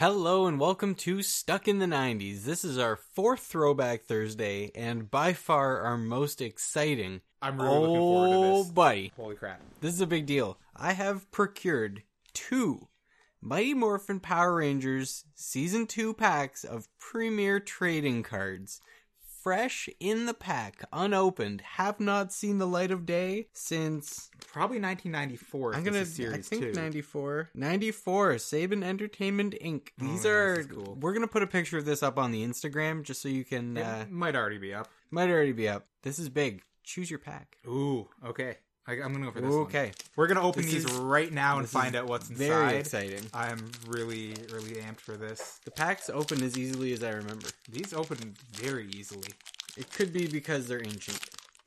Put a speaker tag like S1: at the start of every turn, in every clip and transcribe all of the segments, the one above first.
S1: Hello and welcome to Stuck in the 90s. This is our fourth Throwback Thursday and by far our most exciting.
S2: I'm really looking forward to
S1: Oh,
S2: this.
S1: buddy.
S2: Holy crap.
S1: This is a big deal. I have procured two Mighty Morphin Power Rangers Season 2 packs of Premier Trading Cards. Fresh in the pack, unopened, have not seen the light of day since
S2: Probably 1994.
S1: I'm
S2: I'm
S1: gonna.
S2: going to series
S1: I think
S2: two.
S1: 94. 94. Saban Entertainment Inc. These
S2: yeah,
S1: are.
S2: this is cool.
S1: We're gonna put a picture of this up on the Instagram just so you can. Uh,
S2: It might already be up.
S1: might already be up. This is big. Choose your pack.
S2: Ooh, okay. I, I'm going to go for this one.
S1: okay.
S2: We're going to open
S1: This
S2: these
S1: is-
S2: right now and
S1: this
S2: find
S1: is
S2: out what's inside.
S1: Very exciting.
S2: I'm really, really amped for this.
S1: The packs open as easily as I remember.
S2: These open very easily.
S1: It could be because they're ancient.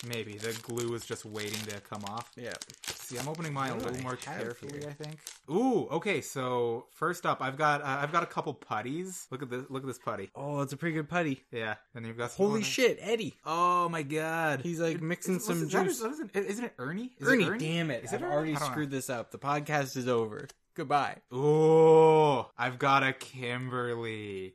S2: Maybe. The glue is just waiting to come off.
S1: Yeah.
S2: See, I'm opening mine a
S1: What do
S2: little
S1: I
S2: more
S1: have
S2: carefully,
S1: here?
S2: I think. Ooh, okay. So first up, I've got uh, I've got a couple putties. Look at this. Look at this putty.
S1: Oh, it's a pretty good putty.
S2: Yeah. And you've got some
S1: Holy
S2: other-
S1: shit, Eddie.
S2: Oh my god.
S1: He's like mixing
S2: Is-
S1: some
S2: is that-
S1: juice.
S2: what is it- isn't it Ernie? Is
S1: Ernie,
S2: it Ernie?
S1: damn it.
S2: Is
S1: I've
S2: it Ernie?
S1: already
S2: I don't know.
S1: screwed this up. The podcast is over. Goodbye.
S2: Oh, I've got a Kimberly.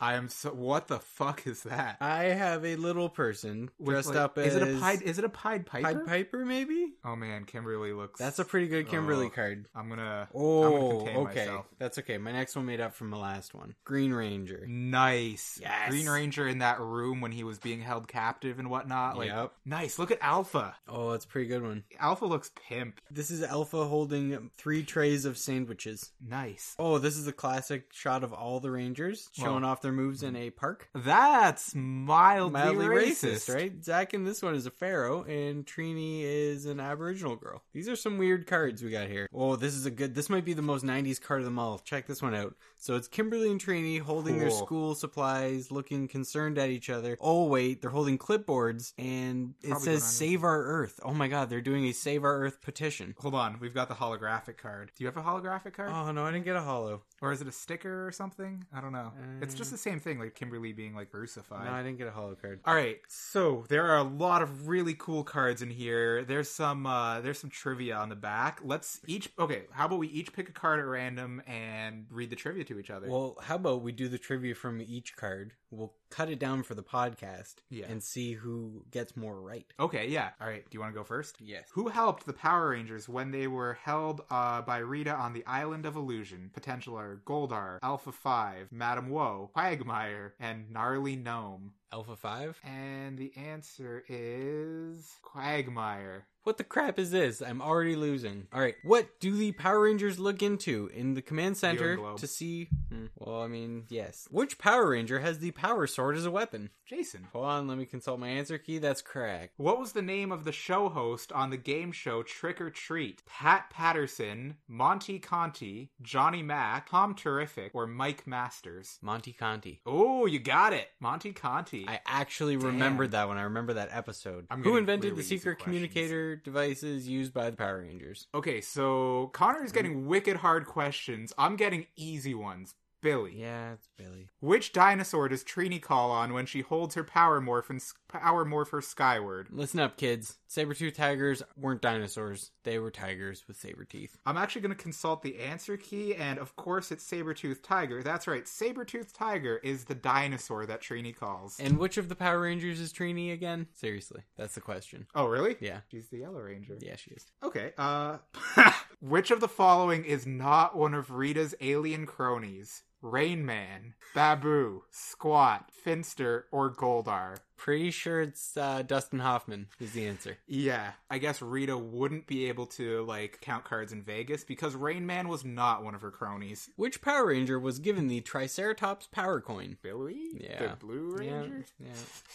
S2: I am so. What the fuck is that?
S1: I have a little person
S2: With,
S1: Uh, dressed
S2: like-
S1: up as.
S2: Is it a Pied? Is it a Pied Piper?
S1: Pied Piper, maybe?
S2: Oh man, Kimberly looks.
S1: That's a pretty good Kimberly
S2: Oh.
S1: card.
S2: I'm gonna. I'm gonna
S1: Oh,
S2: contain
S1: okay.
S2: myself.
S1: That's okay. My next one made up from the last one. Green Ranger.
S2: Nice.
S1: Yes.
S2: Green Ranger in that room when he was being held captive and whatnot. Like,
S1: Yep.
S2: nice. Look at Alpha.
S1: Oh, that's a pretty good one.
S2: Alpha looks pimp.
S1: This is Alpha holding three trays of sandwiches.
S2: Nice.
S1: Oh, this is a classic shot of all the Rangers showing
S2: Well- mm.
S1: off their moves in a park.
S2: That's mildly,
S1: Mildly
S2: racist,
S1: racist, right? Zach in this one is a pharaoh, and Trini is an Aboriginal girl. These are some weird cards we got here. Oh, this is a good. This might be the most '90s card of them all. Check this one out. So it's Kimberly and Trini holding their
S2: Cool.
S1: school supplies, looking concerned at each other. Oh wait, they're holding clipboards, and it
S2: Probably
S1: says
S2: don't
S1: "Save Our Earth." Oh my God, they're doing a "Save Our Earth" petition.
S2: Hold on, we've got the holographic card. Do you have a holographic card?
S1: Oh no, I didn't get a hollow.
S2: Or is it a sticker or something? I don't know. it's just
S1: Um,
S2: the same thing, like Kimberly being like crucified.
S1: No, I didn't get a hollow card.
S2: All right, so there are a lot of really cool cards in here. There's some uh there's some trivia on the back. Let's each okay, how about we each pick a card at random and read the trivia to each other?
S1: Well, how about we do the trivia from each card? We'll cut it down for the podcast
S2: Yeah.
S1: and see who gets more right.
S2: okay, yeah. All right, do you want to go first?
S1: Yes.
S2: Who helped the Power Rangers when they were held uh, by Rita on the Island of Illusion? Potential are Goldar, Alpha 5, Madam Woe, Quagmire, and Gnarly Gnome.
S1: Alpha 5?
S2: And the answer is Quagmire.
S1: What the crap is this? I'm already losing. All right. What do the Power Rangers look into in the command center
S2: globe.
S1: to see? Hmm. Well, I mean, yes. Which Power Ranger has the power sword as a weapon?
S2: Jason.
S1: Hold on, let me consult my answer key. That's correct.
S2: What was the name of the show host on the game show Trick or Treat? Pat Patterson, Monty Conti, Johnny Mack, Tom Terrific, or Mike Masters?
S1: Monty Conti.
S2: Oh, you got it. Monty Conti.
S1: I actually remembered that one. I remember that episode.
S2: I'm
S1: Who
S2: getting
S1: invented
S2: really
S1: the
S2: easy
S1: secret
S2: questions.
S1: communicator devices used by the Power Rangers?
S2: Okay, so Connor is getting wicked hard questions. I'm getting easy ones. Billy.
S1: Yeah, it's Billy.
S2: Which dinosaur does Trini call on when she holds her power morph and s- power morpher skyward?
S1: Listen up, kids. Saber-tooth tigers weren't dinosaurs. They were tigers with saber teeth.
S2: I'm actually going to consult the answer key, and of course it's Sabertooth Tiger. That's right, Sabertooth Tiger is the dinosaur that Trini calls.
S1: And which of the Power Rangers is Trini again? Seriously, that's the question.
S2: oh, really?
S1: Yeah.
S2: She's the Yellow Ranger.
S1: Yeah, she is.
S2: Okay, uh. Which of the following is not one of Rita's alien cronies? Rain Man, Babu, Squat, Finster, or Goldar?
S1: Pretty sure it's uh, Dustin Hoffman is the answer.
S2: Yeah, I guess Rita wouldn't be able to, like, count cards in Vegas because Rain Man was not one of her cronies.
S1: Which Power Ranger was given the Triceratops Power Coin?
S2: Billy?
S1: Yeah.
S2: The Blue Ranger?
S1: Yeah, yeah.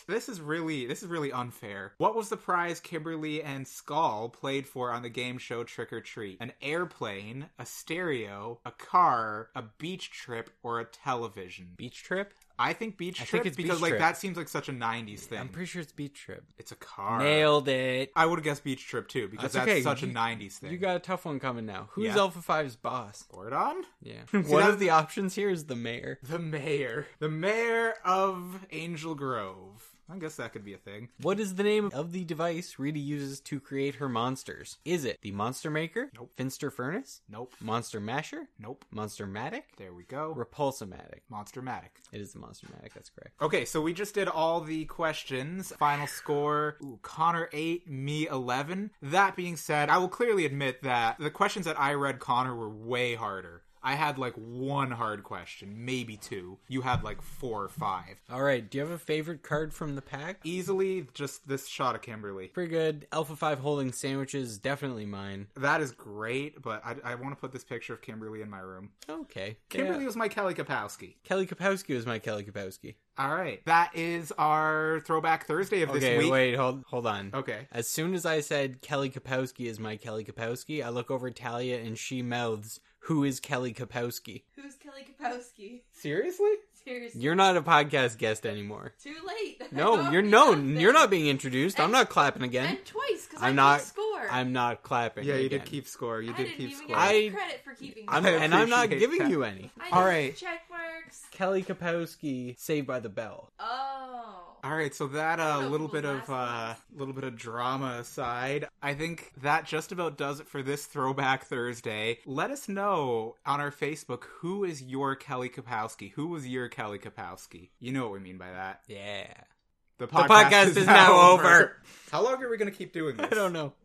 S2: This is really this is really unfair. What was the prize Kimberly and Skull played for on the game show Trick or Treat? An airplane, a stereo, a car, a beach trip, or a television?
S1: Beach Trip?
S2: I think beach
S1: I think
S2: trip
S1: it's
S2: because
S1: beach
S2: like
S1: trip.
S2: that seems like such a '90s thing.
S1: I'm pretty sure it's Beach Trip.
S2: it's a car.
S1: Nailed it.
S2: I would have guessed beach trip too because
S1: That's
S2: that's,
S1: okay.
S2: such
S1: You-
S2: a '90s thing.
S1: You got a tough one coming now. Who's
S2: Yeah.
S1: Alpha 5's boss?
S2: Gordon,
S1: Yeah. One
S2: that-
S1: of the options here is the mayor.
S2: the mayor, the mayor of Angel Grove. I guess that could be a thing.
S1: What is the name of the device Rita uses to create her monsters? Is it the Monster Maker?
S2: Nope.
S1: Finster Furnace?
S2: Nope.
S1: Monster Masher?
S2: Nope.
S1: Monster Matic?
S2: There we go.
S1: Repulsomatic.
S2: Monstermatic.
S1: It is the Monster Matic, that's correct.
S2: Okay, so we just did all the questions. Final score, ooh, Connor 8, me 11. That being said, I will clearly admit that the questions that I read, Connor, were way harder. I had like one hard question, maybe two. You had like four or five.
S1: Alright, do you have a favorite card from the pack? E,
S2: Easily just this shot of Kimberly.
S1: Pretty good. Alpha 5 holding sandwiches, definitely mine.
S2: That is great, but I, I want to put this picture of Kimberly in my room.
S1: Okay.
S2: Kimberly
S1: Yeah.
S2: was my Kelly Kapowski.
S1: Kelly Kapowski was my Kelly Kapowski.
S2: All right. That is our Throwback Thursday of this
S1: okay,
S2: week.
S1: wait, hold hold on.
S2: Oh, Okay.
S1: As soon as I said Kelly Kapowski is my Kelly Kapowski, I look over at Talia and she mouths, Who is Kelly Kapowski?
S3: Who's Kelly Kapowski?
S2: Seriously?
S3: Seriously.
S1: You're not a podcast guest anymore.
S3: Too late. I
S1: No,
S3: don't
S1: you're
S3: need
S1: no,
S3: nothing.
S1: you're not being introduced. I'm
S3: And-
S1: not clapping again.
S3: And twice because
S1: I'm
S3: I
S1: not-
S3: not score.
S1: I'm not clapping.
S2: Yeah, you
S1: again.
S2: did keep score. You
S3: I
S2: did
S3: didn't
S2: keep
S3: even
S2: score.
S3: get any
S1: I-
S3: credit for keeping.
S1: I'm,
S2: I
S3: score.
S1: and I'm not
S2: appreciate
S1: giving
S2: that.
S1: you any.
S3: I
S1: All
S3: did
S1: right,
S3: Check marks.
S1: Kelly Kapowski, Saved by the Bell.
S3: Oh.
S2: All right, so that a
S3: Oh,
S2: little
S3: cool.
S2: bit of uh
S3: Last
S2: little bit of drama aside, I think that just about does it for this Throwback Thursday. Let us know on our Facebook who is your Kelly Kapowski. Who was your Kelly Kapowski? You know what we mean by that.
S1: Yeah,
S2: The
S1: podcast is now over.
S2: How long are we going to keep doing this?
S1: I don't know.